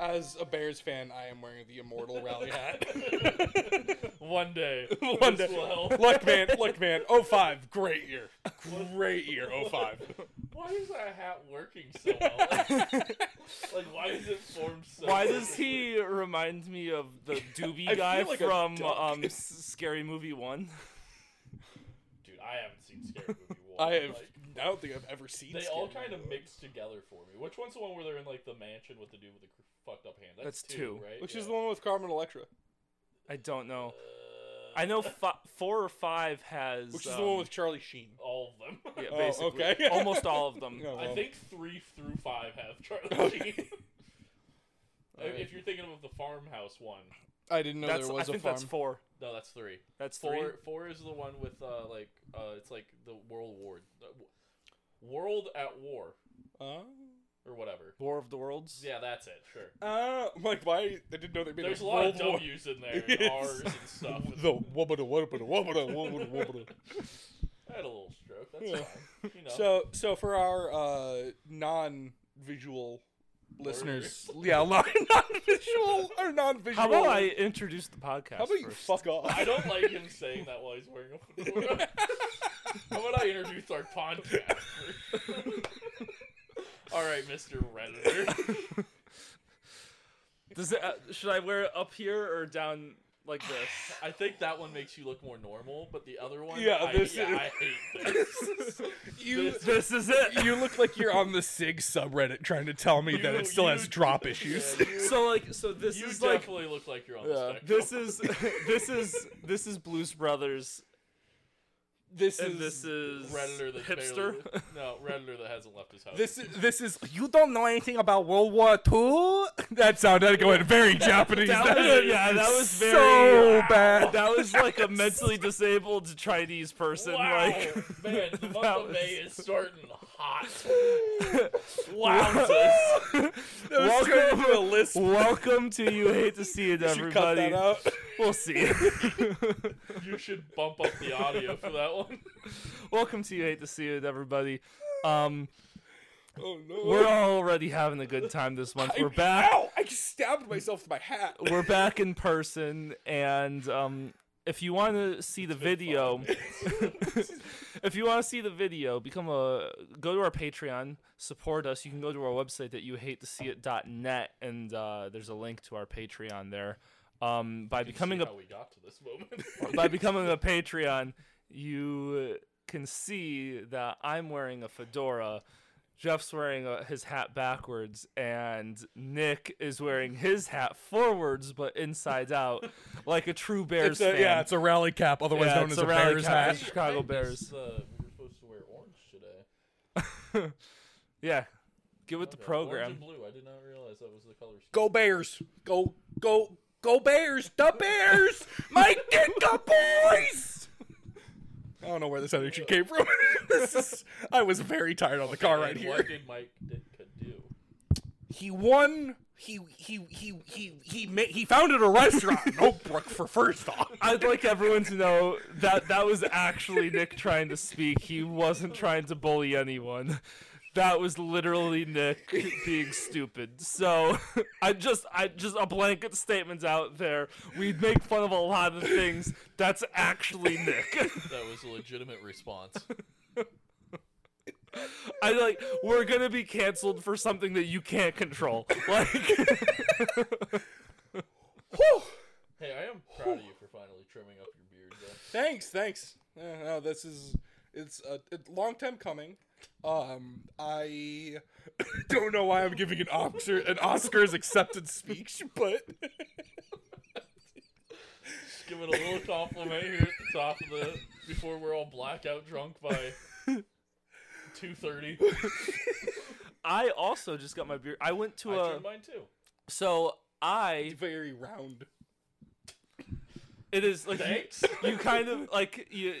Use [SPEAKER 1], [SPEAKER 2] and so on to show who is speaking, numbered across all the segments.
[SPEAKER 1] as a Bears fan, I am wearing the immortal rally hat.
[SPEAKER 2] One day.
[SPEAKER 1] One
[SPEAKER 2] this
[SPEAKER 1] day.
[SPEAKER 2] will help.
[SPEAKER 1] Look, man, look, man. Oh, 05, great year. Great year, 05.
[SPEAKER 2] Why is that hat working so well? like, why is it formed so
[SPEAKER 3] Why does he remind me of the Doobie
[SPEAKER 1] feel
[SPEAKER 3] guy
[SPEAKER 1] like a
[SPEAKER 3] from
[SPEAKER 1] duck.
[SPEAKER 3] um, S- Scary Movie One?
[SPEAKER 2] Dude, I haven't seen Scary Movie 1.
[SPEAKER 1] I have.
[SPEAKER 2] Like,
[SPEAKER 1] I don't think I've ever seen.
[SPEAKER 2] they all
[SPEAKER 1] Scary
[SPEAKER 2] kind of
[SPEAKER 1] Movie.
[SPEAKER 2] mix together for me. Which one's the one where they're in, like, the mansion with the dude with the cr- fucked up hand? That's,
[SPEAKER 3] That's two.
[SPEAKER 2] right?
[SPEAKER 1] Which
[SPEAKER 2] Yeah. Uh,
[SPEAKER 1] is the one with Carmen Electra?
[SPEAKER 3] I don't know. I know fi- four or five has.
[SPEAKER 1] Which is the one
[SPEAKER 3] um,
[SPEAKER 1] with Charlie Sheen?
[SPEAKER 2] All of them.
[SPEAKER 3] Yeah,
[SPEAKER 1] Oh,
[SPEAKER 3] basically.
[SPEAKER 1] okay.
[SPEAKER 3] Almost all of them.
[SPEAKER 1] Oh,
[SPEAKER 2] I
[SPEAKER 1] well.
[SPEAKER 2] think three through five have Charlie Sheen. I-
[SPEAKER 3] Alright.
[SPEAKER 2] If you're thinking of the farmhouse one,
[SPEAKER 1] I didn't know
[SPEAKER 3] that's,
[SPEAKER 1] there
[SPEAKER 3] I
[SPEAKER 1] was a
[SPEAKER 3] think
[SPEAKER 1] farm.
[SPEAKER 3] that's four.
[SPEAKER 2] no, that's three.
[SPEAKER 3] That's
[SPEAKER 2] Four,
[SPEAKER 3] three.
[SPEAKER 2] four is the one with uh, like uh, it's like the World War, uh, w- World at War
[SPEAKER 1] Uh,
[SPEAKER 2] or whatever.
[SPEAKER 3] War of the Worlds.
[SPEAKER 2] Yeah, that's it. Sure.
[SPEAKER 1] uh, I'm like why? I didn't know they made
[SPEAKER 2] There's a
[SPEAKER 1] a
[SPEAKER 2] lot
[SPEAKER 1] World
[SPEAKER 2] of
[SPEAKER 1] War.
[SPEAKER 2] W's in there, and
[SPEAKER 1] Yes.
[SPEAKER 2] R's and stuff.
[SPEAKER 1] The wobbada wobbada wobbada wobbada wobbada.
[SPEAKER 2] I had a little stroke. That's
[SPEAKER 1] Yeah.
[SPEAKER 2] fine. You know.
[SPEAKER 1] So, so for our uh, non-visual listeners, yeah, non- non-visual or non-visual.
[SPEAKER 3] How about I introduce the podcast?
[SPEAKER 1] How about you
[SPEAKER 3] first?
[SPEAKER 1] fuck off?
[SPEAKER 2] I don't like him saying that while he's wearing a fedora. How about I introduce our podcast? first? All right, Mr. Redditor.
[SPEAKER 3] Does it, uh, should I wear it up here or down like this?
[SPEAKER 2] I think that one makes you look more normal, but the other one,
[SPEAKER 1] Yeah,
[SPEAKER 2] I,
[SPEAKER 1] this
[SPEAKER 2] yeah,
[SPEAKER 1] is-
[SPEAKER 2] I hate this.
[SPEAKER 1] you,
[SPEAKER 2] this-
[SPEAKER 3] this is it.
[SPEAKER 1] you look like you're on the Sig subreddit trying to tell me that
[SPEAKER 2] You-
[SPEAKER 1] it still has
[SPEAKER 2] you-
[SPEAKER 1] drop issues.
[SPEAKER 2] Yeah, you
[SPEAKER 3] So like, so this
[SPEAKER 2] you
[SPEAKER 3] is like
[SPEAKER 2] definitely look like you're on
[SPEAKER 1] Yeah.
[SPEAKER 2] the spectrum.
[SPEAKER 3] this is this is this is Blues Brothers,
[SPEAKER 1] This
[SPEAKER 3] and
[SPEAKER 1] is
[SPEAKER 3] this is
[SPEAKER 2] Redditor that's
[SPEAKER 3] hipster.
[SPEAKER 2] Barely, no, Redditor that hasn't left his house.
[SPEAKER 1] This is this is you don't know anything about World War II. That sounded going very Japanese.
[SPEAKER 3] That
[SPEAKER 1] That
[SPEAKER 3] was- yeah, that was
[SPEAKER 1] so
[SPEAKER 3] very-
[SPEAKER 1] bad.
[SPEAKER 3] That was like a mentally disabled Chinese person.
[SPEAKER 2] wow,
[SPEAKER 3] Like,
[SPEAKER 2] man, the month
[SPEAKER 3] that
[SPEAKER 2] of
[SPEAKER 3] was-
[SPEAKER 2] May is starting hot.
[SPEAKER 3] wowzers.
[SPEAKER 1] Welcome to a
[SPEAKER 3] welcome,
[SPEAKER 1] list.
[SPEAKER 3] welcome to you hate to see it,
[SPEAKER 1] Should cut
[SPEAKER 3] everybody.
[SPEAKER 1] that out.
[SPEAKER 3] We'll see.
[SPEAKER 2] You should bump up the audio for that one.
[SPEAKER 3] welcome to you hate to see it, everybody. Um,
[SPEAKER 1] Oh no.
[SPEAKER 3] we're already having a good time this month. We're back.
[SPEAKER 1] Ow! I just stabbed myself with my hat.
[SPEAKER 3] we're back in person and um if you want to see the video if you want to see the video become a go to our patreon support us you can go to our website that you hate to see it.net and uh, there's a link to our patreon there um, by becoming
[SPEAKER 2] See
[SPEAKER 3] a
[SPEAKER 2] how we got to this moment.
[SPEAKER 3] by becoming a patreon you can see that i'm wearing a fedora jeff's wearing uh his hat backwards and nick is wearing his hat forwards but inside out like a true bears
[SPEAKER 1] It's a,
[SPEAKER 3] fan
[SPEAKER 1] yeah, it's a rally cap, otherwise
[SPEAKER 3] Yeah,
[SPEAKER 1] known
[SPEAKER 3] it's
[SPEAKER 1] as
[SPEAKER 3] a
[SPEAKER 1] a,
[SPEAKER 3] rally
[SPEAKER 1] Bears
[SPEAKER 3] cap.
[SPEAKER 1] hat.
[SPEAKER 3] Chicago
[SPEAKER 2] I missed,
[SPEAKER 3] Bears.
[SPEAKER 2] Uh, we were supposed to wear orange today.
[SPEAKER 3] yeah get with the
[SPEAKER 2] Okay,
[SPEAKER 3] program
[SPEAKER 2] Orange and blue. I did not realize that was the color scheme.
[SPEAKER 1] Go Bears! Go go go Bears! The Bears! My Dinka boys! I don't know where this energy came from. this is, I was very tired on the car right
[SPEAKER 2] And
[SPEAKER 1] here.
[SPEAKER 2] What did Mike Ditka do?
[SPEAKER 1] he won. He he he he he ma- he founded a restaurant in Oak Brook for first off.
[SPEAKER 3] I'd like everyone to know that that was actually Nick trying to speak. He wasn't trying to bully anyone. That was literally Nick being stupid. So I just I just a blanket statement out there. We make fun of a lot of things. That's actually Nick.
[SPEAKER 2] That was a legitimate response.
[SPEAKER 3] I like we're gonna be canceled for something that you can't control. Like
[SPEAKER 1] Whew.
[SPEAKER 2] hey, I am proud of you for finally trimming up your beard. Though.
[SPEAKER 1] Thanks, thanks. Uh, no, this is it's a, it's long time coming. Um, I don't know why I'm giving an Oscar an Oscars acceptance speech, but
[SPEAKER 2] Just give it a little compliment here at the top of the before we're all blackout drunk by two thirty.
[SPEAKER 3] I also just got my beard. I went to
[SPEAKER 2] I
[SPEAKER 3] a
[SPEAKER 2] trimmed mine too.
[SPEAKER 3] so I
[SPEAKER 1] very round.
[SPEAKER 3] it is like you-
[SPEAKER 2] Thanks.
[SPEAKER 3] you kind of like you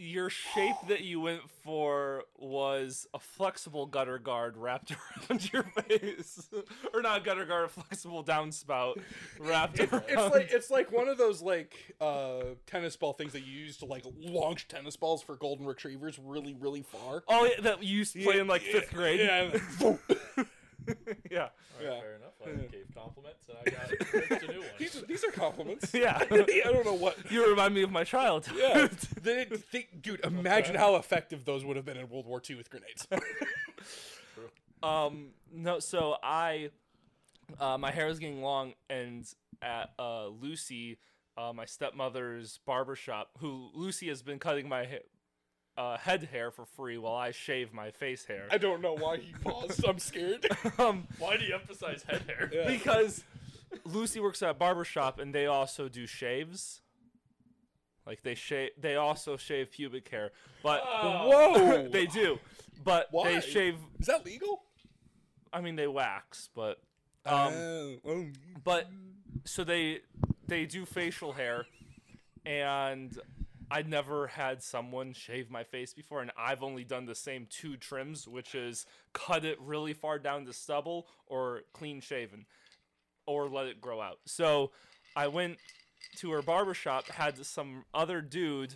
[SPEAKER 3] your shape that you went for was a flexible gutter guard wrapped around your face or not gutter guard a flexible downspout wrapped around
[SPEAKER 1] It's like it's like one of those like uh tennis ball things that you use to like launch tennis balls for golden retrievers really really far.
[SPEAKER 3] oh yeah, that you used to play in like fifth grade
[SPEAKER 1] Yeah.
[SPEAKER 2] All
[SPEAKER 3] yeah.
[SPEAKER 2] right,
[SPEAKER 1] Yeah.
[SPEAKER 2] fair enough. I gave compliments, and I got ripped a new one.
[SPEAKER 1] These are, these are compliments.
[SPEAKER 3] Yeah.
[SPEAKER 1] I don't know what.
[SPEAKER 3] you remind me of my childhood.
[SPEAKER 1] Yeah. They, they- dude, imagine how effective those would have been in World War II with grenades.
[SPEAKER 3] Um, no, so I, uh, my hair was getting long, and at uh, Lucy, uh, my stepmother's barber shop, who Lucy has been cutting my ha- uh, head hair for free while I shave my face hair.
[SPEAKER 1] I don't know why he paused. I'm scared.
[SPEAKER 3] um,
[SPEAKER 2] Why do you emphasize head hair?
[SPEAKER 1] Yeah.
[SPEAKER 3] because Lucy works at a barber shop, and they also do shaves. Like they shave, they also shave pubic hair, but
[SPEAKER 2] Oh.
[SPEAKER 1] Whoa.
[SPEAKER 3] they do. But
[SPEAKER 1] Why?
[SPEAKER 3] they shave.
[SPEAKER 1] Is that legal?
[SPEAKER 3] I mean, they wax, but um,
[SPEAKER 1] Oh, oh.
[SPEAKER 3] but so they they do facial hair and i never had someone shave my face before and i've only done the same two trims which is cut it really far down to stubble or clean shaven or let it grow out so i went to her barber shop, had some other dude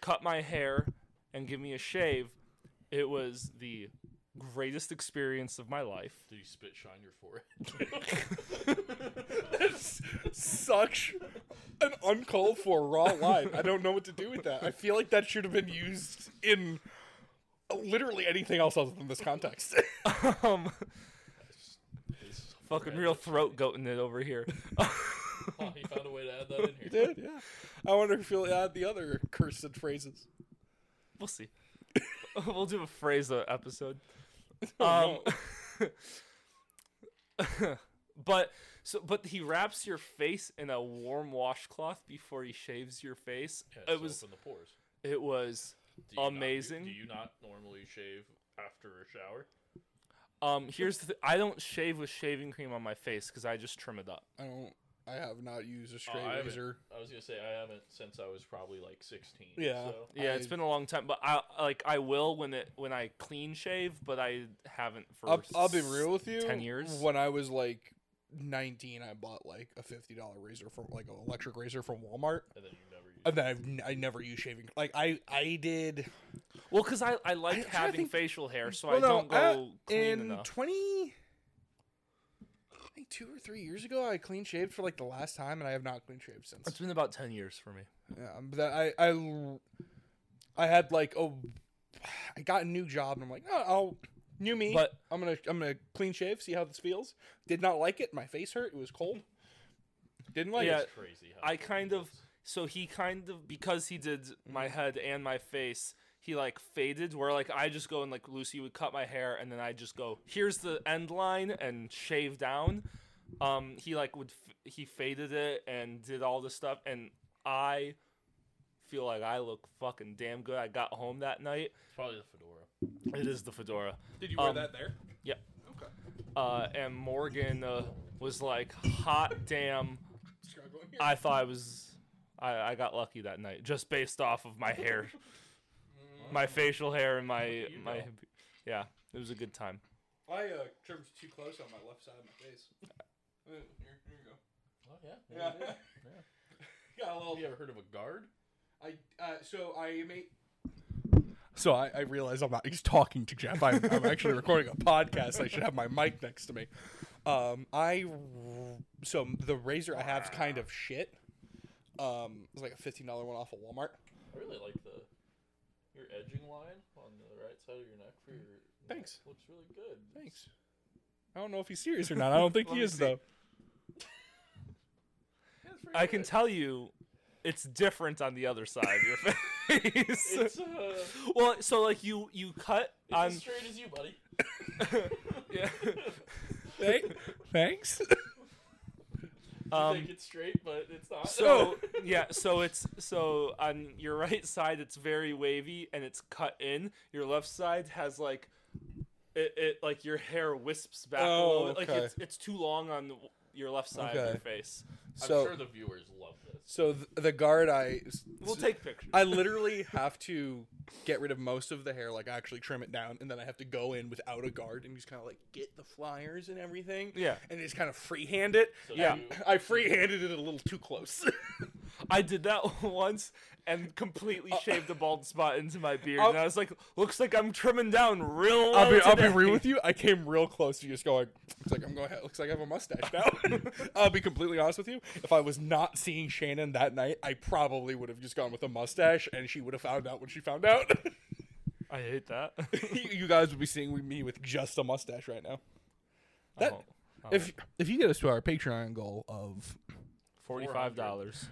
[SPEAKER 3] cut my hair and give me a shave it was the greatest experience of my life
[SPEAKER 2] Did you spit shine your forehead?
[SPEAKER 1] That's such an uncalled for raw line. I don't know what to do with that. I feel like that should have been used in literally anything else other than this context.
[SPEAKER 3] um
[SPEAKER 2] His
[SPEAKER 3] Fucking
[SPEAKER 2] forehead
[SPEAKER 3] real
[SPEAKER 2] looks
[SPEAKER 3] throat goating it over here.
[SPEAKER 2] funny. Huh, he found a way to add that in here.
[SPEAKER 1] Did yeah. I wonder if you'll add the other cursed phrases.
[SPEAKER 3] we'll see. we'll do a Fraser episode. Um,
[SPEAKER 1] Oh,
[SPEAKER 3] but so but he wraps your face in a warm washcloth before he shaves your face.
[SPEAKER 2] Yeah,
[SPEAKER 3] it
[SPEAKER 2] it's
[SPEAKER 3] was
[SPEAKER 2] open the pores.
[SPEAKER 3] it was
[SPEAKER 2] Do you not- do-
[SPEAKER 3] amazing.
[SPEAKER 2] do you not normally shave after a shower?
[SPEAKER 3] um here's the th- I don't shave with shaving cream on my face cuz I just trim it up.
[SPEAKER 1] I don't. I have not used a
[SPEAKER 2] Oh,
[SPEAKER 1] straight
[SPEAKER 2] I haven't-
[SPEAKER 1] razor.
[SPEAKER 2] I was gonna say I haven't since I was probably like 16.
[SPEAKER 1] Yeah.
[SPEAKER 2] So.
[SPEAKER 3] Yeah, it's
[SPEAKER 1] I-
[SPEAKER 3] been a long time but I like I will when it when I clean shave, but I haven't for
[SPEAKER 1] I'll, I'll be
[SPEAKER 3] s-
[SPEAKER 1] real with you.
[SPEAKER 3] 10 years.
[SPEAKER 1] When I was like 19, I bought like a $50 razor from like an electric razor from Walmart.
[SPEAKER 2] And then you never use.
[SPEAKER 1] And then I've, n- I never used shaving. Like I, I did.
[SPEAKER 3] Well, cuz I I like
[SPEAKER 1] I'm trying to
[SPEAKER 3] having
[SPEAKER 1] think-
[SPEAKER 3] facial hair so I
[SPEAKER 1] Well, no,
[SPEAKER 3] don't go
[SPEAKER 1] I-
[SPEAKER 3] clean
[SPEAKER 1] in
[SPEAKER 3] enough.
[SPEAKER 1] 20 I think 2 or 3 years ago I clean shaved for like the last time and I have not clean shaved
[SPEAKER 3] It's
[SPEAKER 1] since.
[SPEAKER 3] been about 10 years for me.
[SPEAKER 1] Yeah, um, but I I l- I had like oh I got a new job and I'm like, "Oh, I'll new me.
[SPEAKER 3] But-
[SPEAKER 1] I'm going to I'm going to clean shave, see how this feels." Did not like it. My face hurt. It was cold. Didn't like
[SPEAKER 3] Yeah.
[SPEAKER 1] it.
[SPEAKER 2] It's crazy. How
[SPEAKER 3] I
[SPEAKER 2] cool
[SPEAKER 3] kind
[SPEAKER 2] it
[SPEAKER 3] of
[SPEAKER 2] is.
[SPEAKER 3] so he kind of because he did my
[SPEAKER 1] Mm.
[SPEAKER 3] head and my face, he like faded where like I just go and like Lucy would cut my hair and then I just go, here's the end line and shave down. Um he like would f- he faded it and did all this stuff and I feel like I look fucking damn good. I got home that night.
[SPEAKER 2] It's probably the fedora.
[SPEAKER 3] It is the fedora.
[SPEAKER 1] Did you
[SPEAKER 3] wear um, that
[SPEAKER 1] there?
[SPEAKER 3] Yeah.
[SPEAKER 1] Okay.
[SPEAKER 3] Uh and Morgan uh, was like, hot damn.
[SPEAKER 1] Struggling here.
[SPEAKER 3] I thought I was I, I got lucky that night just based off of my hair. my facial hair and my
[SPEAKER 2] you
[SPEAKER 3] my
[SPEAKER 2] go.
[SPEAKER 3] yeah, it was a good time.
[SPEAKER 1] I uh, trimmed too close on my left side of my face.
[SPEAKER 3] Uh,
[SPEAKER 1] Here, here you go.
[SPEAKER 2] Oh yeah.
[SPEAKER 1] Yeah. Got a
[SPEAKER 2] Have
[SPEAKER 1] little.
[SPEAKER 2] you ever heard of a guard?
[SPEAKER 1] I uh, so I made. So I, I realize I'm not just talking to Jeff. I'm, I'm actually recording a podcast. I should have my mic next to me. Um, I so the razor I have is kind of shit. Um, it's like a fifteen dollar one off of Walmart.
[SPEAKER 2] I really like the your edging line on the right side of your neck for your. neck
[SPEAKER 1] Thanks.
[SPEAKER 2] Looks really good.
[SPEAKER 1] Thanks. I don't know if he's serious or not. I don't think
[SPEAKER 3] Let
[SPEAKER 1] he
[SPEAKER 3] me
[SPEAKER 1] is
[SPEAKER 3] see.
[SPEAKER 1] though.
[SPEAKER 2] Yeah, it's pretty
[SPEAKER 3] I can
[SPEAKER 2] good.
[SPEAKER 3] tell you it's different on the other side of your face.
[SPEAKER 2] It's uh.
[SPEAKER 3] well, so like you you cut
[SPEAKER 2] It's
[SPEAKER 3] on
[SPEAKER 2] as straight as you, buddy.
[SPEAKER 3] yeah.
[SPEAKER 1] Thank- Thanks.
[SPEAKER 2] you
[SPEAKER 3] Um
[SPEAKER 2] think it's straight, but it's not.
[SPEAKER 3] so yeah, so it's so on your right side it's very wavy and it's cut in. Your left side has like it, it like your hair wisps back a
[SPEAKER 1] Oh,
[SPEAKER 3] little bit. Like
[SPEAKER 1] okay.
[SPEAKER 3] it's it's too long on the, your left side of
[SPEAKER 1] Okay.
[SPEAKER 3] your face.
[SPEAKER 2] I'm
[SPEAKER 1] So
[SPEAKER 2] sure the viewers love this.
[SPEAKER 1] so th- the guard I
[SPEAKER 3] We'll take pictures.
[SPEAKER 1] I literally have to get rid of most of the hair, like actually trim it down, and then I have to go in without a guard and just kind of like get the flyers and everything.
[SPEAKER 3] Yeah.
[SPEAKER 1] And just kind of freehand it.
[SPEAKER 2] So
[SPEAKER 3] Yeah.
[SPEAKER 2] you-
[SPEAKER 1] I freehanded it a little too close.
[SPEAKER 3] I did that once and
[SPEAKER 1] Uh,
[SPEAKER 3] completely shaved a bald spot into my beard, and I was like, "Looks like I'm trimming down real."
[SPEAKER 1] I'll
[SPEAKER 3] low
[SPEAKER 1] be, I'll be
[SPEAKER 3] today."
[SPEAKER 1] real with you. I came real close to just going. Looks like I'm going. Looks like I have a mustache now. I'll be completely honest with you. If I was not seeing Shannon that night, I probably would have just gone with a mustache, and she would have found out when she found out.
[SPEAKER 3] I hate that.
[SPEAKER 1] you you guys would be seeing me with just a mustache right now. That
[SPEAKER 3] Oh,
[SPEAKER 1] if if you get us to our Patreon goal of
[SPEAKER 3] Forty-five dollars.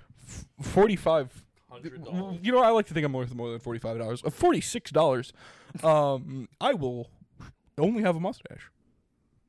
[SPEAKER 1] forty five
[SPEAKER 2] Hundred
[SPEAKER 1] Well,
[SPEAKER 2] dollars.
[SPEAKER 1] You know, I like to think I'm worth more than forty five dollars. forty six dollars. Um, I will only have a mustache.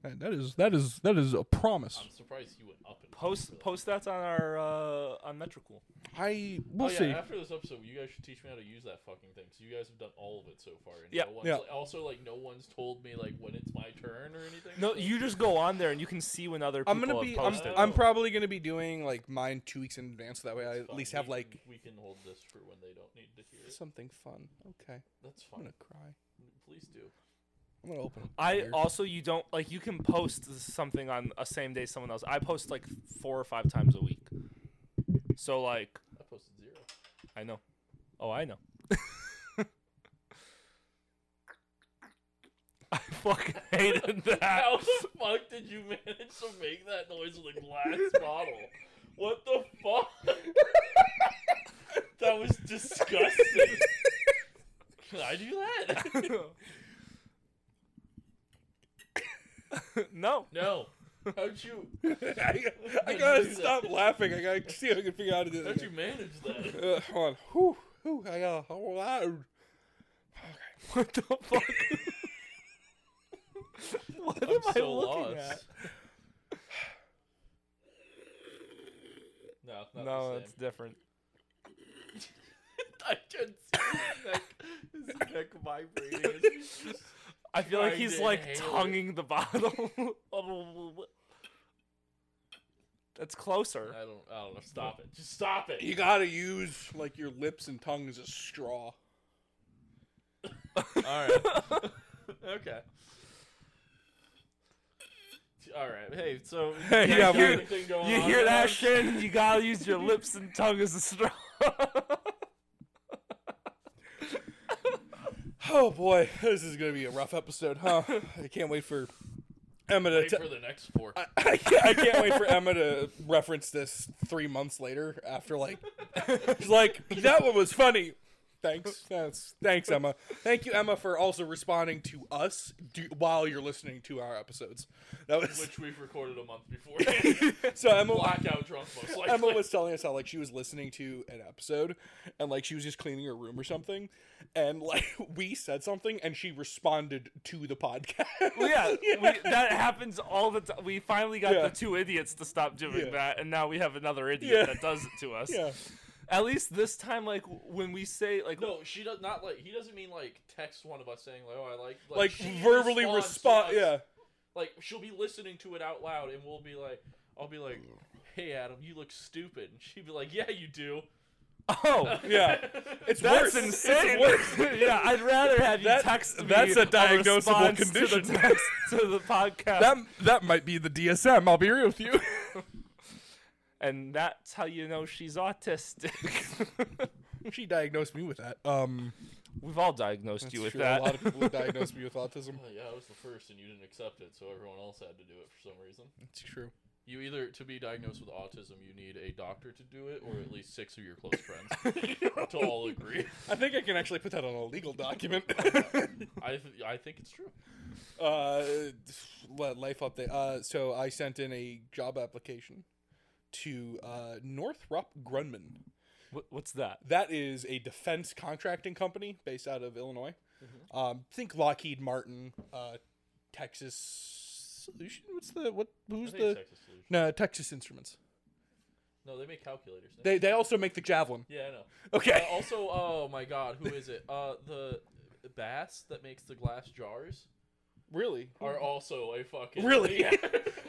[SPEAKER 1] And that is that is that is a promise.
[SPEAKER 2] I'm surprised you went up and
[SPEAKER 3] Post post that on our uh, on Metricool.
[SPEAKER 1] I
[SPEAKER 2] Oh
[SPEAKER 1] we'll
[SPEAKER 2] yeah,
[SPEAKER 1] see.
[SPEAKER 2] after this episode, you guys should teach me how to use that fucking thing. So you guys have done all of it so far. And
[SPEAKER 3] Yeah.
[SPEAKER 2] no one's,
[SPEAKER 1] Yeah.
[SPEAKER 2] Like, also, like no one's told me like when it's my turn or anything.
[SPEAKER 3] No,
[SPEAKER 2] so-
[SPEAKER 3] you just go on there and you can see when other people
[SPEAKER 1] I'm gonna
[SPEAKER 3] have
[SPEAKER 1] be. I'm,
[SPEAKER 3] posted.
[SPEAKER 1] I'm probably gonna be doing like mine two weeks in advance, so that way I
[SPEAKER 2] It's
[SPEAKER 1] at
[SPEAKER 2] fine.
[SPEAKER 1] least
[SPEAKER 2] We
[SPEAKER 1] have
[SPEAKER 2] can-
[SPEAKER 1] like
[SPEAKER 2] we can hold this for when they don't need to hear it.
[SPEAKER 1] something fun. Okay,
[SPEAKER 2] That's
[SPEAKER 1] I'm gonna
[SPEAKER 2] fine.
[SPEAKER 1] cry.
[SPEAKER 2] Please do.
[SPEAKER 1] I'm gonna open. a
[SPEAKER 3] I
[SPEAKER 1] beer.
[SPEAKER 3] also you don't like you can post something on a same day someone else. I post like four or five times a week. So like
[SPEAKER 2] I posted zero.
[SPEAKER 3] I know. Oh, I know. I fucking hated that.
[SPEAKER 2] How the fuck did you manage to make that noise with a glass bottle? What the fuck? that was disgusting. Can I do that?
[SPEAKER 3] no.
[SPEAKER 2] no. How'd you?
[SPEAKER 1] I, I gotta stop laughing. I gotta see if I can figure out how to do that.
[SPEAKER 2] How'd you manage that?
[SPEAKER 1] Uh, hold on. Whew, whew, I got a whole loud.
[SPEAKER 3] What the fuck? what am I looking at?
[SPEAKER 2] No, not
[SPEAKER 3] No,
[SPEAKER 2] the
[SPEAKER 3] it's different.
[SPEAKER 2] same. I can see his neck, his neck vibrating. as he's just-
[SPEAKER 3] I feel like
[SPEAKER 2] Trying
[SPEAKER 3] he's
[SPEAKER 2] to
[SPEAKER 3] like
[SPEAKER 2] inhale it.
[SPEAKER 3] tonguing the bottle. That's closer.
[SPEAKER 2] I don't. I don't know. Stop it. Just stop it.
[SPEAKER 1] You gotta use like your lips and tongue as a straw.
[SPEAKER 2] All right. okay. All right. Hey, so
[SPEAKER 3] Hey,
[SPEAKER 2] you
[SPEAKER 3] yeah,
[SPEAKER 2] guys got
[SPEAKER 3] we-
[SPEAKER 2] anything going
[SPEAKER 3] You
[SPEAKER 2] on
[SPEAKER 3] hear
[SPEAKER 2] now?
[SPEAKER 3] that, Shannon? You gotta use your lips and tongue as a straw.
[SPEAKER 1] Oh boy, this is gonna be a rough episode, huh? I can't wait for Emma to.
[SPEAKER 2] Wait
[SPEAKER 1] T-
[SPEAKER 2] for the next four.
[SPEAKER 1] I, I can't, I can't wait for Emma to reference this three months later after like, she's like that one was funny. Thanks, that's, thanks Emma. Thank you Emma for also responding to us do, while you're listening to our episodes. That was
[SPEAKER 2] which we've recorded a month before.
[SPEAKER 1] so Emma.
[SPEAKER 2] Blackout drunk, most likely.
[SPEAKER 1] Emma was telling us how like she was listening to an episode and like she was just cleaning her room or something and like we said something and she responded to the podcast.
[SPEAKER 3] yeah, We, that happens all the time. We finally got
[SPEAKER 1] Yeah.
[SPEAKER 3] the two idiots to stop doing
[SPEAKER 1] Yeah.
[SPEAKER 3] that, and now we have another idiot
[SPEAKER 1] Yeah.
[SPEAKER 3] that does it to us.
[SPEAKER 1] yeah.
[SPEAKER 3] At least this time, like w- when we say like
[SPEAKER 2] No, she does not like. He doesn't mean like text one of us saying like, "Oh, I like." Like,
[SPEAKER 1] Like
[SPEAKER 2] she
[SPEAKER 1] verbally
[SPEAKER 2] responds to
[SPEAKER 1] respond
[SPEAKER 2] us.
[SPEAKER 1] yeah.
[SPEAKER 2] Like she'll be listening to it out loud, and we'll be like, "I'll be like, hey Adam, you look stupid," and she'd be like, "Yeah, you do."
[SPEAKER 3] oh.
[SPEAKER 1] Yeah. It's
[SPEAKER 3] That's
[SPEAKER 1] worse. It's
[SPEAKER 3] insane.
[SPEAKER 1] worse.
[SPEAKER 3] yeah, I'd rather have you
[SPEAKER 1] That-
[SPEAKER 3] text me.
[SPEAKER 1] that's a diagnosable
[SPEAKER 3] response to the
[SPEAKER 1] condition.
[SPEAKER 3] text to the podcast.
[SPEAKER 1] That that might be the DSM, I'll be real with you.
[SPEAKER 3] and that's how you know she's autistic.
[SPEAKER 1] she diagnosed me with that. Um
[SPEAKER 3] We've all diagnosed you with
[SPEAKER 1] sure,
[SPEAKER 3] that.
[SPEAKER 1] a lot of people have diagnosed me with autism.
[SPEAKER 2] Oh, yeah, I was the first, and you didn't accept it, so everyone else had to do it for some reason.
[SPEAKER 1] It's true.
[SPEAKER 2] You either to be diagnosed with autism, you need a doctor to do it, or at least six of your close friends to all agree.
[SPEAKER 1] I think I can actually put that on a legal document.
[SPEAKER 2] I th- I think it's true.
[SPEAKER 1] uh, what life update? Uh, so I sent in a job application to uh, Northrop Grumman.
[SPEAKER 3] Wh- What's that?
[SPEAKER 1] That is a defense contracting company based out of Illinois.
[SPEAKER 2] Mm-hmm.
[SPEAKER 1] Um, think Lockheed Martin, uh, Texas Solution. What's the what?
[SPEAKER 2] I
[SPEAKER 1] Who's
[SPEAKER 2] think it's
[SPEAKER 1] the?
[SPEAKER 2] Texas Solution.
[SPEAKER 1] No, Texas Instruments.
[SPEAKER 2] No, they make calculators. don't
[SPEAKER 1] They they also make the javelin.
[SPEAKER 2] they? yeah, I know.
[SPEAKER 1] Okay.
[SPEAKER 2] Uh, also, oh my God, who is it? Uh, the Bass that makes the glass jars
[SPEAKER 1] really?
[SPEAKER 2] are also a fucking
[SPEAKER 1] Oh. Really?
[SPEAKER 2] Yeah.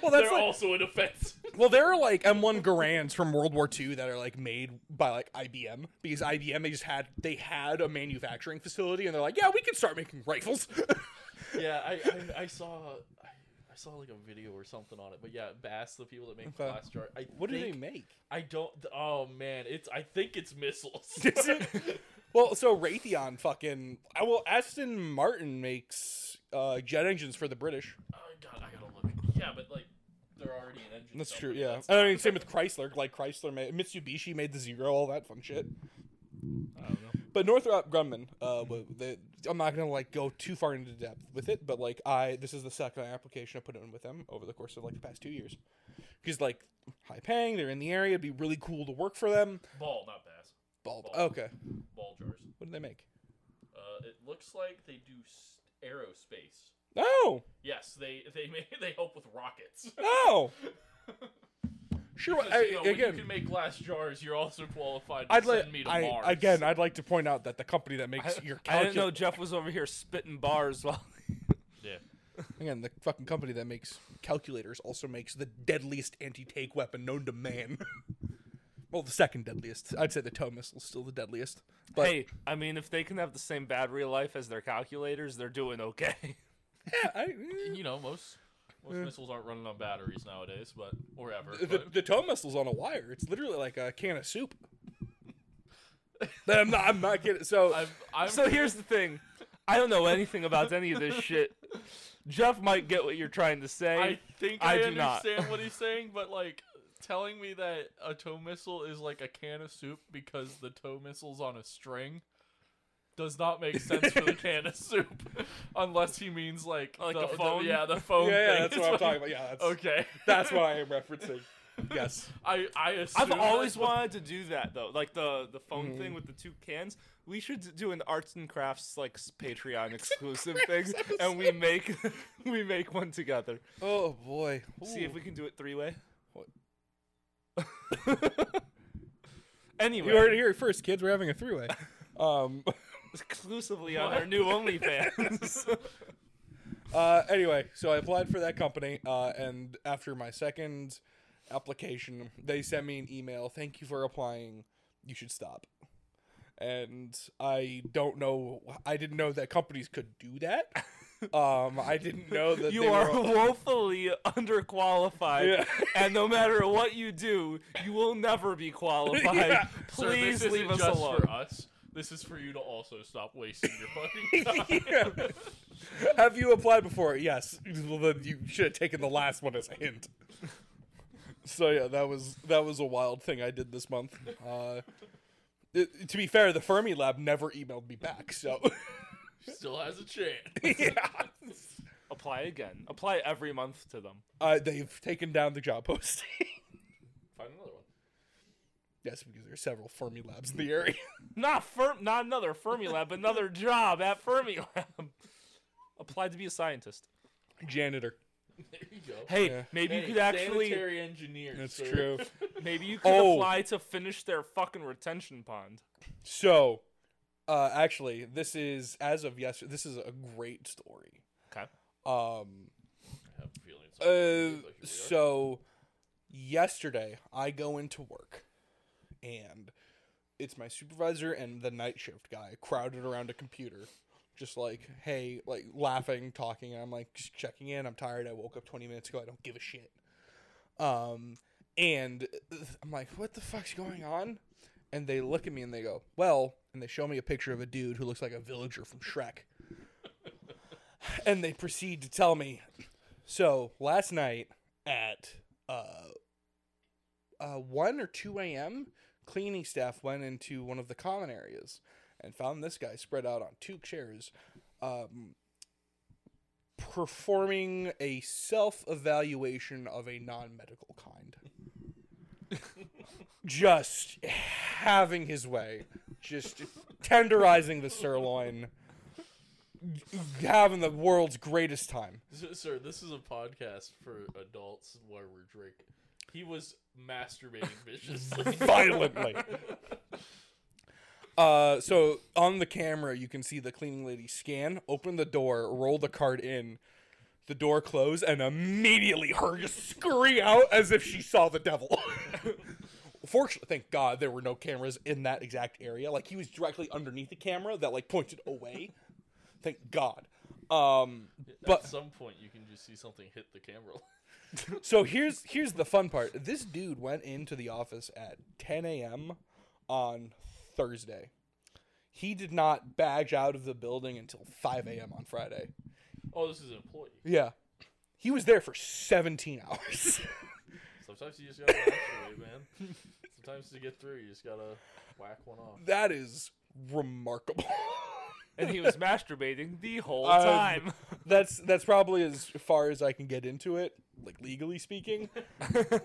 [SPEAKER 1] Well, that's
[SPEAKER 2] They're
[SPEAKER 1] like-
[SPEAKER 2] also a defense.
[SPEAKER 1] Well, there are like M1 Garands from World War II that are like made by like IBM because IBM they just had they had a manufacturing facility and they're like, yeah, we can start making rifles.
[SPEAKER 2] yeah, I, I I saw I, I saw like a video or something on it, but yeah, Bass, the people that make
[SPEAKER 1] Okay.
[SPEAKER 2] glass jar. I
[SPEAKER 1] What do
[SPEAKER 2] think,
[SPEAKER 1] they make?
[SPEAKER 2] I don't. Oh man, it's. I think it's missiles.
[SPEAKER 1] Is it? Well, so Raytheon fucking. I well, Aston Martin makes uh, jet engines for the British.
[SPEAKER 2] Oh god, I gotta look. Yeah, but like they're already an engine.
[SPEAKER 1] That's true.
[SPEAKER 2] company,
[SPEAKER 1] Yeah,
[SPEAKER 2] that's
[SPEAKER 1] and I
[SPEAKER 2] not-
[SPEAKER 1] mean, same with Chrysler. Like Chrysler made Mitsubishi made the Zero, all that fun shit.
[SPEAKER 3] I don't know.
[SPEAKER 1] But Northrop Grumman, uh, wa- they, I'm not gonna like go too far into depth with it, but like I, this is the second application I put in with them over the course of like the past two years, because like high paying, they're in the area. It'd be really cool to work for them.
[SPEAKER 2] ball, not Bass.
[SPEAKER 1] Bald.
[SPEAKER 2] Bald.
[SPEAKER 1] Okay.
[SPEAKER 2] Ball jars.
[SPEAKER 1] What do they make?
[SPEAKER 2] Uh, it looks like they do s- aerospace.
[SPEAKER 1] Oh,
[SPEAKER 2] Yes, they they may, they help with rockets.
[SPEAKER 1] oh. Sure.
[SPEAKER 2] Because,
[SPEAKER 1] I,
[SPEAKER 2] you know, when you can
[SPEAKER 1] again,
[SPEAKER 2] make glass jars, you're also qualified to
[SPEAKER 1] I'd like.
[SPEAKER 2] send me to
[SPEAKER 1] I,
[SPEAKER 2] Mars.
[SPEAKER 1] again, I'd like to point out that the company that makes your
[SPEAKER 3] I didn't know
[SPEAKER 1] calculator,
[SPEAKER 3] Jeff was over here spitting bars while.
[SPEAKER 2] yeah.
[SPEAKER 1] again, the fucking company that makes calculators also makes the deadliest anti-tank weapon known to man. well, the second deadliest. I'd say the tow missile's still the deadliest. But
[SPEAKER 3] hey, I mean, if they can have the same battery life as their calculators, they're doing okay.
[SPEAKER 1] yeah, I, mm,
[SPEAKER 2] You know, most most missiles aren't running on batteries nowadays, but or ever.
[SPEAKER 1] the, the tow missile's on a wire. It's literally like a can of soup. That I'm not. I'm not kidding. So
[SPEAKER 2] but I'm, I'm
[SPEAKER 3] So here's the thing. I don't know anything about any of this shit. Jeff might get what you're trying to say.
[SPEAKER 2] I think I,
[SPEAKER 3] I do not.
[SPEAKER 2] understand what he's saying, but like telling me that a tow missile is like a can of soup because the tow missile's on a string does not make sense for the can of soup unless he means like
[SPEAKER 3] Like
[SPEAKER 2] the,
[SPEAKER 3] a phone?
[SPEAKER 2] The, yeah, the phone.
[SPEAKER 1] yeah, yeah,
[SPEAKER 2] thing
[SPEAKER 1] that's
[SPEAKER 2] is
[SPEAKER 1] what I'm talking about. Yeah, that's
[SPEAKER 2] Okay,
[SPEAKER 1] that's what I am referencing. Yes.
[SPEAKER 2] I I assume
[SPEAKER 3] I've always
[SPEAKER 2] that's-
[SPEAKER 3] wanted to do that though, like the the phone thing with the two cans. We should do an arts and crafts like s- Patreon exclusive thing, and we make we make one together.
[SPEAKER 1] Oh boy.
[SPEAKER 3] See if we can do it three way.
[SPEAKER 1] What?
[SPEAKER 3] anyway,
[SPEAKER 1] You heard it here first, kids. We're having a three-way. Um.
[SPEAKER 3] exclusively on
[SPEAKER 2] What?
[SPEAKER 3] our new OnlyFans.
[SPEAKER 1] Uh. Anyway, so I applied for that company, uh, and after my second application, they sent me an email. Thank you for applying. You should stop. And I don't know. I didn't know that companies could do that. Um. I didn't know that
[SPEAKER 3] you
[SPEAKER 1] they
[SPEAKER 3] are
[SPEAKER 1] Were,
[SPEAKER 3] woefully underqualified,
[SPEAKER 1] Yeah.
[SPEAKER 3] and no matter what you do, you will never be qualified.
[SPEAKER 1] Yeah.
[SPEAKER 2] Sir,
[SPEAKER 3] Please
[SPEAKER 2] this
[SPEAKER 3] leave
[SPEAKER 2] isn't
[SPEAKER 3] us
[SPEAKER 2] just
[SPEAKER 3] alone.
[SPEAKER 2] For us. This is for you to also stop wasting your fucking time.
[SPEAKER 1] Yeah. Have you applied before? Yes. Well, then you should have taken the last one as a hint. So yeah, that was that was a wild thing I did this month. Uh, it- to be fair, the Fermi Lab never emailed me back. So
[SPEAKER 2] Still has a chance.
[SPEAKER 1] yeah,
[SPEAKER 3] Apply again. Apply every month to them.
[SPEAKER 1] uh, they've taken down the job posting.
[SPEAKER 2] Find another one.
[SPEAKER 1] yes, because there are several Fermi Labs in the area.
[SPEAKER 3] Not Ferm, not another Fermilab, another job at Fermilab. Applied to be a scientist.
[SPEAKER 1] Janitor.
[SPEAKER 2] There you go.
[SPEAKER 3] Hey,
[SPEAKER 1] Yeah.
[SPEAKER 3] maybe
[SPEAKER 2] Hey,
[SPEAKER 3] you could actually,
[SPEAKER 2] sanitary engineer.
[SPEAKER 1] That's
[SPEAKER 2] sir.
[SPEAKER 1] true.
[SPEAKER 3] maybe you could
[SPEAKER 1] Oh.
[SPEAKER 3] apply to finish their fucking retention pond.
[SPEAKER 1] So, uh, actually, this is as of yesterday. This is a great story.
[SPEAKER 3] Okay.
[SPEAKER 1] Um,
[SPEAKER 2] have a feeling it's
[SPEAKER 1] Uh,
[SPEAKER 2] like we are.
[SPEAKER 1] so yesterday I go into work and it's my supervisor and the night shift guy crowded around a computer just like hey like laughing talking and I'm like just checking in I'm tired I woke up 20 minutes ago I don't give a shit um and I'm like what the fuck's going on and they look at me and they go well and they show me a picture of a dude who looks like a villager from Shrek and they proceed to tell me so last night at uh, uh, 1 or 2 a.m., cleaning staff went into one of the common areas and found this guy spread out on two chairs um, performing a self evaluation of a non medical kind. just having his way, just tenderizing the sirloin, having the world's greatest time.
[SPEAKER 2] S- Sir, this is a podcast for adults where we're drinking. He was masturbating viciously.
[SPEAKER 1] violently. Uh, so on the camera, you can see the cleaning lady scan, open the door, roll the card in, the door close, and immediately her just scurry out as if she saw the devil. Fortunately, thank God there were no cameras in that exact area. Like he was directly underneath the camera that like pointed away. Thank God. Um, but
[SPEAKER 2] At some point, you can just see something hit the camera.
[SPEAKER 1] so here's here's the fun part. This dude went into the office at 10 a.m. on Thursday. He did not badge out of the building until 5 a.m. on Friday.
[SPEAKER 2] oh, this is an employee.
[SPEAKER 1] Yeah, he was there for 17 hours.
[SPEAKER 2] Sometimes you just gotta watch it, man. Sometimes to get through, you just gotta whack one off.
[SPEAKER 1] that is remarkable.
[SPEAKER 3] and he was masturbating the whole
[SPEAKER 1] Um,
[SPEAKER 3] time.
[SPEAKER 1] that's that's probably as far as I can get into it, like legally speaking.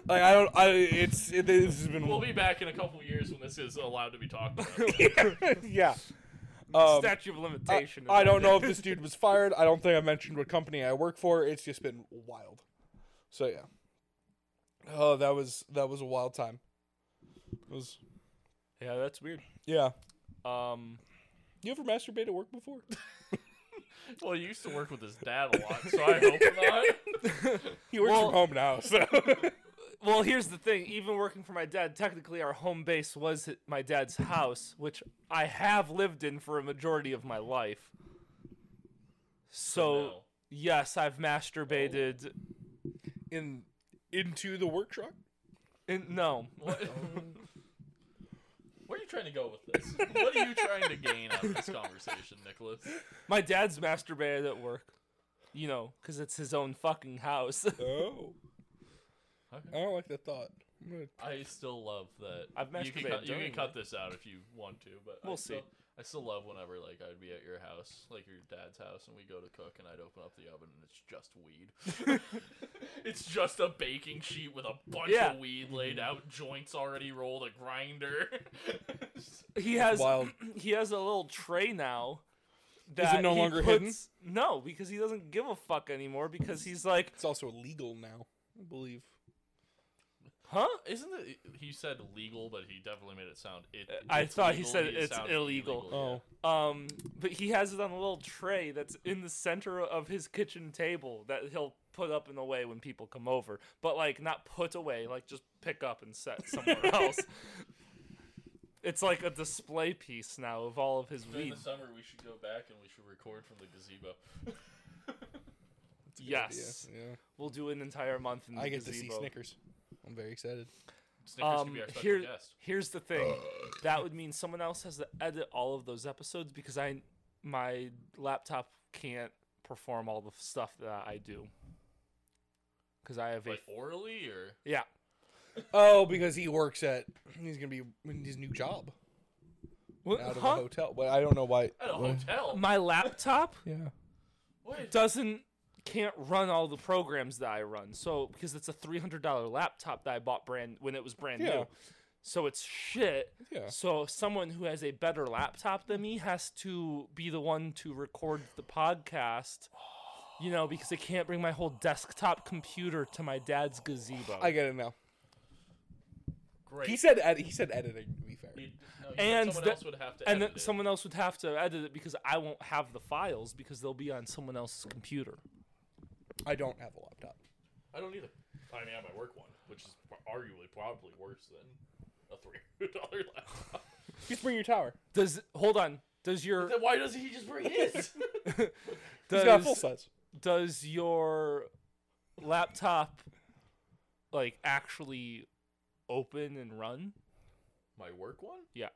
[SPEAKER 1] Like I don't, I it's it, this has been
[SPEAKER 2] We'll be back in a couple years when this is allowed to be talked about.
[SPEAKER 1] yeah. Um,
[SPEAKER 3] Statue of
[SPEAKER 1] I,
[SPEAKER 3] limitation.
[SPEAKER 1] I don't know if this dude was fired. I don't think I mentioned what company I work for. It's just been wild. So yeah. Oh, that was that was a wild time. It was
[SPEAKER 3] Yeah, that's weird.
[SPEAKER 1] yeah.
[SPEAKER 3] Um,
[SPEAKER 1] You ever masturbate at work before?
[SPEAKER 2] well, you used to work with his dad a lot, so I hope not.
[SPEAKER 1] He works
[SPEAKER 3] Well-
[SPEAKER 1] from home now, so
[SPEAKER 3] well, here's the thing. Even working for my dad, technically our home base was at my dad's house, which I have lived in for a majority of my life. So
[SPEAKER 2] No.
[SPEAKER 3] yes, I've masturbated.
[SPEAKER 1] in into the work truck.
[SPEAKER 3] In, no,
[SPEAKER 2] What? Where are you trying to go with this? What are you trying to gain out of this conversation, Nicholas?
[SPEAKER 3] my dad's masturbated at work. You know, because it's his own fucking house.
[SPEAKER 1] Oh, I
[SPEAKER 2] Okay.
[SPEAKER 1] don't like that thought. I'm gonna-
[SPEAKER 2] I still love that.
[SPEAKER 3] I've
[SPEAKER 2] you can
[SPEAKER 3] masturbated
[SPEAKER 2] cut, you
[SPEAKER 3] during
[SPEAKER 2] can cut this out if you want to, but I
[SPEAKER 3] We'll
[SPEAKER 2] still,
[SPEAKER 3] see.
[SPEAKER 2] I still love whenever like I'd be at your house, like your dad's house, and we go to cook, and I'd open up the oven, and it's just weed. it's just a baking sheet with a bunch
[SPEAKER 3] Yeah.
[SPEAKER 2] of weed laid out, joints already rolled, a grinder.
[SPEAKER 3] He has
[SPEAKER 1] Wild.
[SPEAKER 3] he has a little tray now. That
[SPEAKER 1] no
[SPEAKER 3] he
[SPEAKER 1] longer hidden?
[SPEAKER 3] puts, hidden? No, because he doesn't give a fuck anymore. Because he's like,
[SPEAKER 1] It's also illegal now, I believe.
[SPEAKER 3] huh?
[SPEAKER 2] Isn't it? He said legal, but he definitely made it sound it.
[SPEAKER 3] Uh, I
[SPEAKER 2] it's
[SPEAKER 3] thought he
[SPEAKER 2] legal,
[SPEAKER 3] said
[SPEAKER 2] made it
[SPEAKER 3] it's
[SPEAKER 2] sound
[SPEAKER 3] illegal.
[SPEAKER 1] Oh,
[SPEAKER 2] yeah.
[SPEAKER 3] Um, but he has it on a little tray that's in the center of his kitchen table that he'll put up and away when people come over. But like not put away, like just pick up and set somewhere else. It's like a display piece now of all of his
[SPEAKER 2] During
[SPEAKER 3] weed.
[SPEAKER 2] the summer, we should go back and we should record from the gazebo.
[SPEAKER 1] that's a good idea.
[SPEAKER 3] Yes,
[SPEAKER 1] Yeah.
[SPEAKER 3] we'll do an entire month in the
[SPEAKER 1] I get to
[SPEAKER 3] gazebo.
[SPEAKER 1] see Snickers. I'm very excited.
[SPEAKER 2] Snickers
[SPEAKER 3] Um,
[SPEAKER 2] could be our special
[SPEAKER 3] here-
[SPEAKER 2] guest.
[SPEAKER 3] Here's the thing. that would mean someone else has to edit all of those episodes because I my laptop can't perform all the stuff that I do. Cuz I have a
[SPEAKER 2] Like orally or
[SPEAKER 3] yeah.
[SPEAKER 1] Oh, because he works at he's gonna be in his new job
[SPEAKER 3] What,
[SPEAKER 1] out of a
[SPEAKER 3] huh?
[SPEAKER 1] hotel. But I don't know why.
[SPEAKER 2] at a
[SPEAKER 1] why-
[SPEAKER 2] hotel.
[SPEAKER 3] My laptop
[SPEAKER 1] Yeah.
[SPEAKER 2] Wait,
[SPEAKER 3] doesn't can't run all the programs that I run. So because it's a $300 laptop that I bought brand when it was brand
[SPEAKER 1] Yeah.
[SPEAKER 3] new. So it's shit.
[SPEAKER 1] Yeah.
[SPEAKER 3] So someone who has a better laptop than me has to be the one to record the podcast. You know, because I can't bring my whole desktop computer to my dad's gazebo.
[SPEAKER 1] I get it now.
[SPEAKER 2] great.
[SPEAKER 1] He said ed- he said editing. To be fair.
[SPEAKER 2] You'd- no, you-
[SPEAKER 3] And
[SPEAKER 2] someone
[SPEAKER 3] the-
[SPEAKER 2] else would have to.
[SPEAKER 3] and
[SPEAKER 2] edit
[SPEAKER 3] then
[SPEAKER 2] it.
[SPEAKER 3] someone else would have to edit it because I won't have the files because they'll be on someone else's computer.
[SPEAKER 1] I don't have a laptop.
[SPEAKER 2] I don't either. I mean, I have my work one, which is pro- arguably probably worse than a three hundred dollar laptop.
[SPEAKER 1] Just bring your tower.
[SPEAKER 3] Does hold on? Does your
[SPEAKER 2] then why doesn't he just bring his?
[SPEAKER 1] He's got a full
[SPEAKER 3] does,
[SPEAKER 1] size.
[SPEAKER 3] does your laptop like actually open and run?
[SPEAKER 2] my work one?
[SPEAKER 3] Yeah.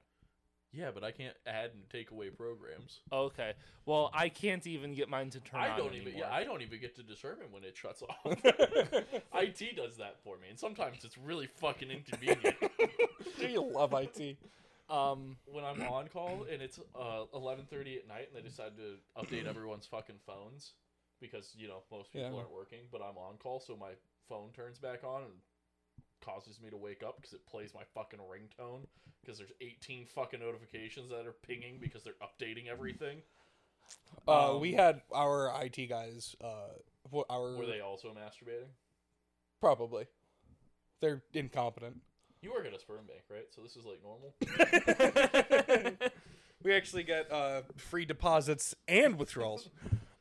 [SPEAKER 2] Yeah, but I can't add and take away programs.
[SPEAKER 3] Okay. Well, I can't even get mine to turn
[SPEAKER 2] I
[SPEAKER 3] on
[SPEAKER 2] don't
[SPEAKER 3] anymore.
[SPEAKER 2] even. Yeah, I don't even get to determine when it shuts off. IT does that for me, and sometimes it's really fucking inconvenient.
[SPEAKER 1] Do you love IT?
[SPEAKER 3] um,
[SPEAKER 2] when I'm on call and it's uh 11:30 at night, and they decide to update everyone's fucking phones because you know most people
[SPEAKER 1] Yeah.
[SPEAKER 2] aren't working, but I'm on call, so my phone turns back on and causes me to wake up because it plays my fucking ringtone because there's 18 fucking notifications that are pinging because they're updating everything.
[SPEAKER 1] Uh,
[SPEAKER 3] Um,
[SPEAKER 1] we had our IT guys. Uh, wh- our
[SPEAKER 2] Were they also masturbating?
[SPEAKER 1] probably. They're incompetent.
[SPEAKER 2] You work at a sperm bank, right? So this is like normal.
[SPEAKER 1] we actually get uh, free deposits and withdrawals.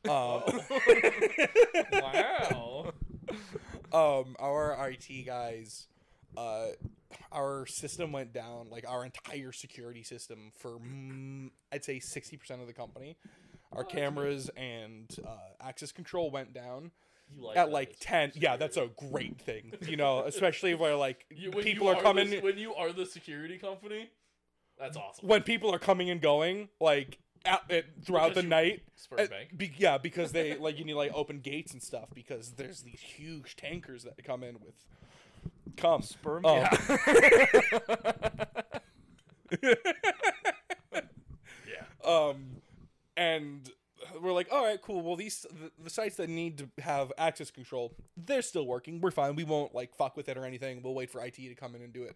[SPEAKER 1] Uh,
[SPEAKER 2] wow.
[SPEAKER 1] um our IT guys uh our system went down like our entire security system for mm, I'd say 60% of the company
[SPEAKER 2] Oh,
[SPEAKER 1] Our cameras and uh, access control went down
[SPEAKER 2] You like
[SPEAKER 1] at
[SPEAKER 2] that
[SPEAKER 1] like
[SPEAKER 2] it's
[SPEAKER 1] ten. Yeah, that's a
[SPEAKER 2] security.
[SPEAKER 1] great thing, you know, especially where like
[SPEAKER 2] You- when
[SPEAKER 1] people
[SPEAKER 2] you
[SPEAKER 1] are coming
[SPEAKER 2] the, when you are the security company. That's awesome.
[SPEAKER 1] when people are coming and going like at, at- throughout the
[SPEAKER 2] Because you-
[SPEAKER 1] night.
[SPEAKER 2] Spurs
[SPEAKER 1] Uh,
[SPEAKER 2] Bank.
[SPEAKER 1] be- yeah, because they like you need like open gates and stuff because there's these huge tankers that come in with cum.
[SPEAKER 3] Sperm.
[SPEAKER 1] Oh.
[SPEAKER 2] Yeah.
[SPEAKER 1] um, and we're like, all right, cool. Well, these the, the sites that need to have access control, they're still working. We're fine. We won't like fuck with it or anything. We'll wait for IT to come in and do it.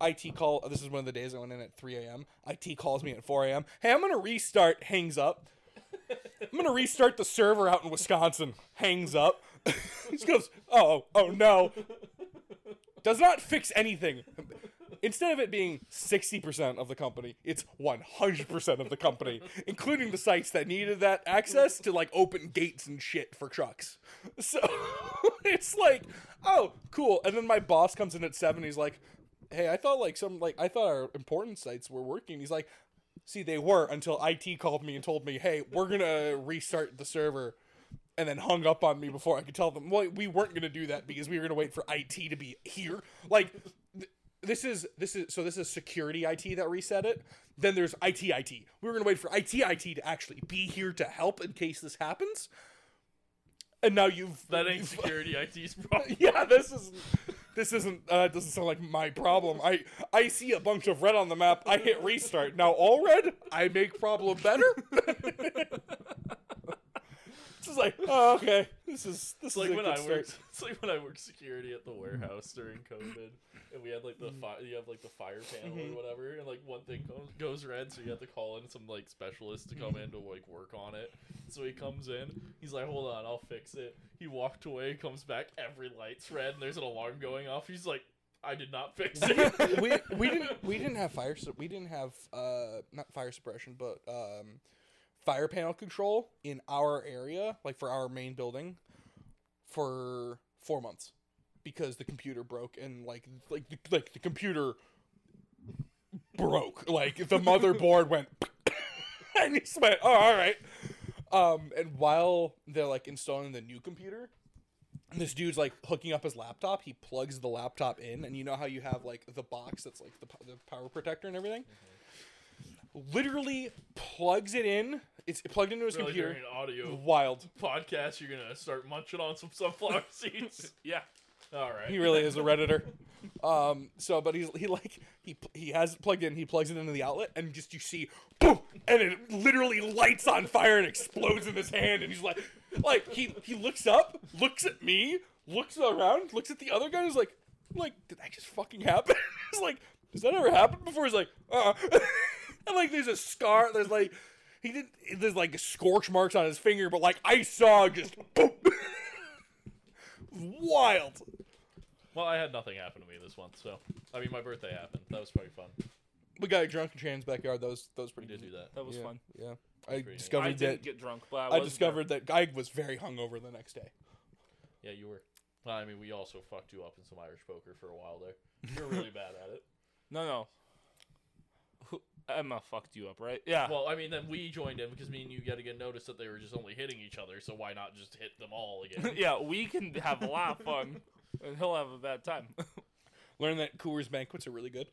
[SPEAKER 1] IT call. This is one of the days I went in at 3 a.m. IT calls me at 4 a.m. Hey, I'm gonna restart. Hangs up. I'm gonna restart the server out in Wisconsin. Hangs up. Just goes, oh, oh no. Does not fix anything. Instead of it being 60% of the company, it's 100% of the company, including the sites that needed that access to like open gates and shit for trucks. So it's like, oh, cool. And then my boss comes in at seven. He's like, hey, I thought like some, like, I thought our important sites were working. He's like, see, they were until IT called me and told me, hey, we're going to restart the server. And then hung up on me before I could tell them. Well, we weren't going to do that because we were going to wait for IT to be here. Like, this is this is so this is security IT that reset it. Then there's IT IT. We were gonna wait for IT IT to actually be here to help in case this happens. And now you've
[SPEAKER 2] That ain't
[SPEAKER 1] you've-
[SPEAKER 2] security IT's problem.
[SPEAKER 1] yeah. This is this isn't uh, doesn't sound like my problem. I I see a bunch of red on the map. I hit restart. Now all red. I make problem better. It's just like oh, okay. This is this
[SPEAKER 2] It's
[SPEAKER 1] is
[SPEAKER 2] like
[SPEAKER 1] a
[SPEAKER 2] when
[SPEAKER 1] good
[SPEAKER 2] I
[SPEAKER 1] start. Mm-hmm.
[SPEAKER 2] worked. It's like when I worked security at the warehouse during COVID, and we had like the fire. You have like the fire panel
[SPEAKER 1] Mm-hmm.
[SPEAKER 2] or whatever, and like one thing goes, goes red, so you have to call in some like specialist to
[SPEAKER 1] Mm-hmm.
[SPEAKER 2] come in to like work on it. So he comes in. He's like, "Hold on, I'll fix it." He walked away. Comes back. Every light's red, and there's an alarm going off. He's like, "I did not fix it."
[SPEAKER 1] we we didn't we didn't have fire sup- we didn't have uh not fire suppression but um fire panel control in our area like for our main building for 4 months because the computer broke and like like the, like the computer broke like the motherboard went and he went oh all right um and while they're like installing the new computer and this dude's like hooking up his laptop. He plugs the laptop in, and you know how you have like the box that's like the, p- the power protector and everything. Literally plugs it in. It's plugged into his
[SPEAKER 2] Mm-hmm. really, during
[SPEAKER 1] computer.
[SPEAKER 2] an audio
[SPEAKER 1] Wild.
[SPEAKER 2] podcast, you're gonna start munching on some sunflower seeds.
[SPEAKER 3] yeah.
[SPEAKER 2] All right.
[SPEAKER 1] He really is a redditor. Um. So, but he's he like he pl- he has it plugged in. He plugs it into the outlet, and just you see boom, and it literally lights on fire and explodes in his hand. And he's like, like he he looks up, looks at me, looks around, looks at the other guy. And he's like, like did that just fucking happen? he's like, has that ever happened before? He's like, uh. uh and like there's a scar. There's like. He did. not There's like scorch marks on his finger, but like I saw, just boom, wild.
[SPEAKER 2] Well, I had nothing happen to me this month, so I mean, my birthday happened. That was pretty fun.
[SPEAKER 1] We got drunk in Chan's backyard. Those those
[SPEAKER 2] We
[SPEAKER 1] pretty
[SPEAKER 2] did do that.
[SPEAKER 3] That was
[SPEAKER 1] yeah,
[SPEAKER 3] fun.
[SPEAKER 1] Yeah, I
[SPEAKER 2] neat.
[SPEAKER 1] discovered
[SPEAKER 3] I
[SPEAKER 1] that.
[SPEAKER 3] didn't get drunk, but I, was
[SPEAKER 1] I
[SPEAKER 3] there.
[SPEAKER 1] discovered that I was very hungover the next day.
[SPEAKER 2] Yeah, you were. Well, I mean, we also fucked you up in some Irish poker for a while there. You're really bad at it.
[SPEAKER 3] No, no. Who- Emma fucked you up, right? Yeah.
[SPEAKER 2] Well, I mean, then we joined in because me and you got to get noticed that they were just only hitting each other. So why not just hit them all again?
[SPEAKER 3] yeah, we can have a lot of fun, and he'll have a bad time.
[SPEAKER 1] Learned that Coors banquets are really good.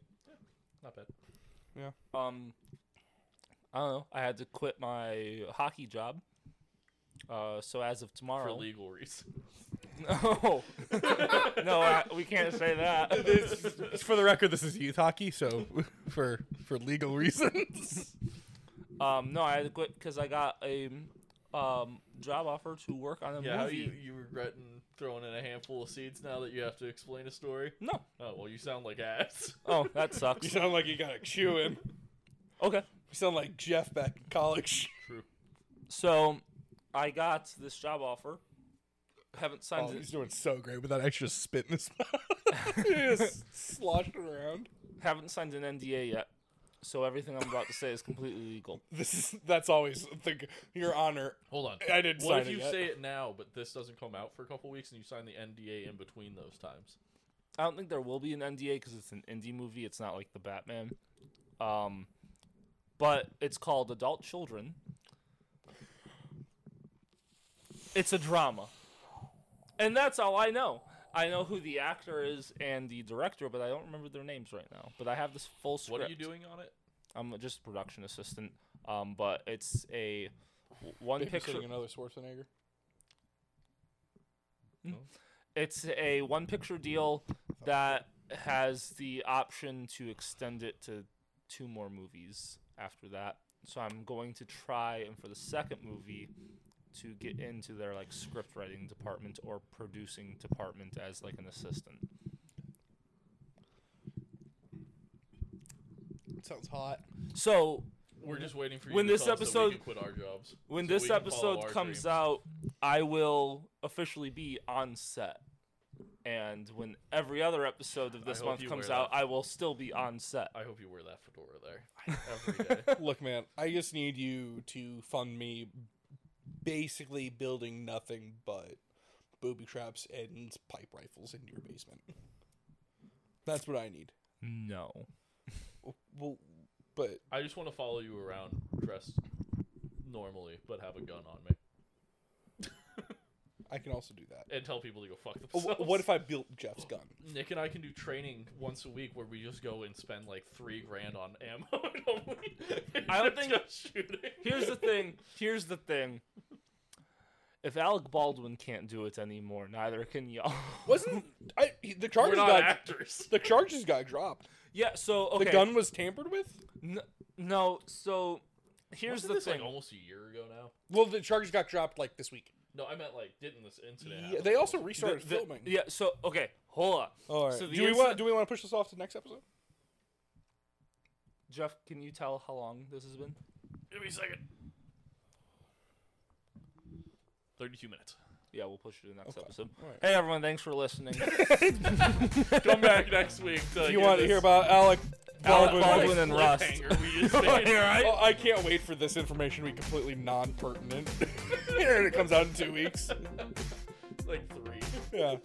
[SPEAKER 2] not bad.
[SPEAKER 3] um, I don't know. I had to quit my hockey job. Uh, so as of
[SPEAKER 2] For
[SPEAKER 3] tomorrow,
[SPEAKER 2] legal reasons.
[SPEAKER 3] no, no, I, we can't say that.
[SPEAKER 1] This, for the record, this is youth hockey, so for for legal reasons.
[SPEAKER 3] Um, no, I had to quit because I got a um job offer to work on a
[SPEAKER 2] Yeah, how
[SPEAKER 3] movie.
[SPEAKER 2] you you regretting throwing in a handful of seeds now that you have to explain a story?
[SPEAKER 3] No,
[SPEAKER 2] Oh well, you sound like ass.
[SPEAKER 3] oh, that
[SPEAKER 1] you
[SPEAKER 3] sucks.
[SPEAKER 1] sound like you got a chew in.
[SPEAKER 3] Okay.
[SPEAKER 1] You sound like Jeff back in college.
[SPEAKER 2] True.
[SPEAKER 3] So I got this job offer. Haven't signed
[SPEAKER 1] Oh,
[SPEAKER 3] it.
[SPEAKER 1] he's doing so great with that extra spit in his mouth. he just sloshed it around.
[SPEAKER 3] Haven't signed an NDA yet. So everything I'm about to say is completely legal.
[SPEAKER 1] This is that's always the, your honor.
[SPEAKER 2] Hold on.
[SPEAKER 1] I didn't
[SPEAKER 2] What
[SPEAKER 1] sign
[SPEAKER 2] if
[SPEAKER 1] it
[SPEAKER 2] you
[SPEAKER 1] yet.
[SPEAKER 2] say it now, but this doesn't come out for a couple weeks, and you sign the NDA in between those times?
[SPEAKER 3] I don't think there will be an NDA because it's an indie movie. It's not like the Batman. Um, but it's called Adult Children. It's a drama. And that's all I know. I know who the actor is and the director, but I don't remember their names right now. But I have this full script.
[SPEAKER 2] What are you doing on it?
[SPEAKER 3] I'm just a production assistant. Um, but it's a w- one picture.
[SPEAKER 1] Babysitting another Schwarzenegger.
[SPEAKER 3] It's a one picture deal that has the option to extend it to two more movies after that. So I'm going to try and for the second movie to get into their like script writing department or producing department as like an assistant.
[SPEAKER 1] Sounds hot.
[SPEAKER 3] So
[SPEAKER 2] We're just waiting for you
[SPEAKER 3] When
[SPEAKER 2] to
[SPEAKER 3] this
[SPEAKER 2] tell us so we
[SPEAKER 3] episode-
[SPEAKER 2] can quit our jobs. so we
[SPEAKER 3] when this
[SPEAKER 2] can follow
[SPEAKER 3] episode
[SPEAKER 2] our
[SPEAKER 3] comes
[SPEAKER 2] dreams.
[SPEAKER 3] out, I will officially be on set. And when every other episode of this
[SPEAKER 2] hope
[SPEAKER 3] month
[SPEAKER 2] you
[SPEAKER 3] comes
[SPEAKER 2] wear that.
[SPEAKER 3] out, I will still be on set.
[SPEAKER 2] I hope you wear that fedora there every day.
[SPEAKER 1] Look, man, I just need you to fund me basically building nothing but booby traps and pipe rifles in your basement. That's what I need.
[SPEAKER 3] No.
[SPEAKER 1] Well, but
[SPEAKER 2] I just want to follow you around dressed normally, but have a gun on me
[SPEAKER 1] I can also do that.
[SPEAKER 2] and tell people to go fuck
[SPEAKER 1] Oh, wh-
[SPEAKER 2] themselves.
[SPEAKER 1] What if I built Jeff's gun?
[SPEAKER 2] Nick and I can do training once a week where we just go and spend like three grand on ammo and only.
[SPEAKER 3] I don't think-
[SPEAKER 2] just shooting.
[SPEAKER 3] Here's the thing. Here's the thing. If Alec Baldwin can't do it anymore, neither can y'all.
[SPEAKER 1] Wasn't I? he- The
[SPEAKER 2] We're
[SPEAKER 1] charges
[SPEAKER 2] not
[SPEAKER 1] got
[SPEAKER 2] actors.
[SPEAKER 1] the charges got dropped.
[SPEAKER 3] yeah. So okay.
[SPEAKER 1] The gun was tampered with.
[SPEAKER 3] N- no. So here's
[SPEAKER 2] Wasn't
[SPEAKER 3] the
[SPEAKER 2] this,
[SPEAKER 3] thing.
[SPEAKER 2] Like almost a year ago now.
[SPEAKER 1] Well, the charges got dropped like this week.
[SPEAKER 2] No, I meant like didn't this incident.
[SPEAKER 1] Yeah,
[SPEAKER 2] happen?
[SPEAKER 1] they also
[SPEAKER 3] The-
[SPEAKER 1] restarted
[SPEAKER 3] the-
[SPEAKER 1] filming.
[SPEAKER 3] Yeah. So okay. Hold on.
[SPEAKER 1] All right.
[SPEAKER 3] So the
[SPEAKER 1] do we
[SPEAKER 3] incident-
[SPEAKER 1] want? Do we want to push this off to the next episode?
[SPEAKER 3] Jeff, can you tell how long this has been?
[SPEAKER 2] Give me a second. Thirty-two minutes.
[SPEAKER 3] Yeah, we'll push it to the next
[SPEAKER 1] Okay.
[SPEAKER 3] episode.
[SPEAKER 1] All right.
[SPEAKER 3] Hey everyone, thanks for listening.
[SPEAKER 2] Come back next week. To
[SPEAKER 1] Do you want to hear about Alec Baldwin?
[SPEAKER 3] Alec Baldwin and Rust.
[SPEAKER 2] We just made.
[SPEAKER 1] Oh, I can't wait for this information to be completely non-pertinent. and it comes out in two weeks.
[SPEAKER 2] like three.
[SPEAKER 1] Yeah.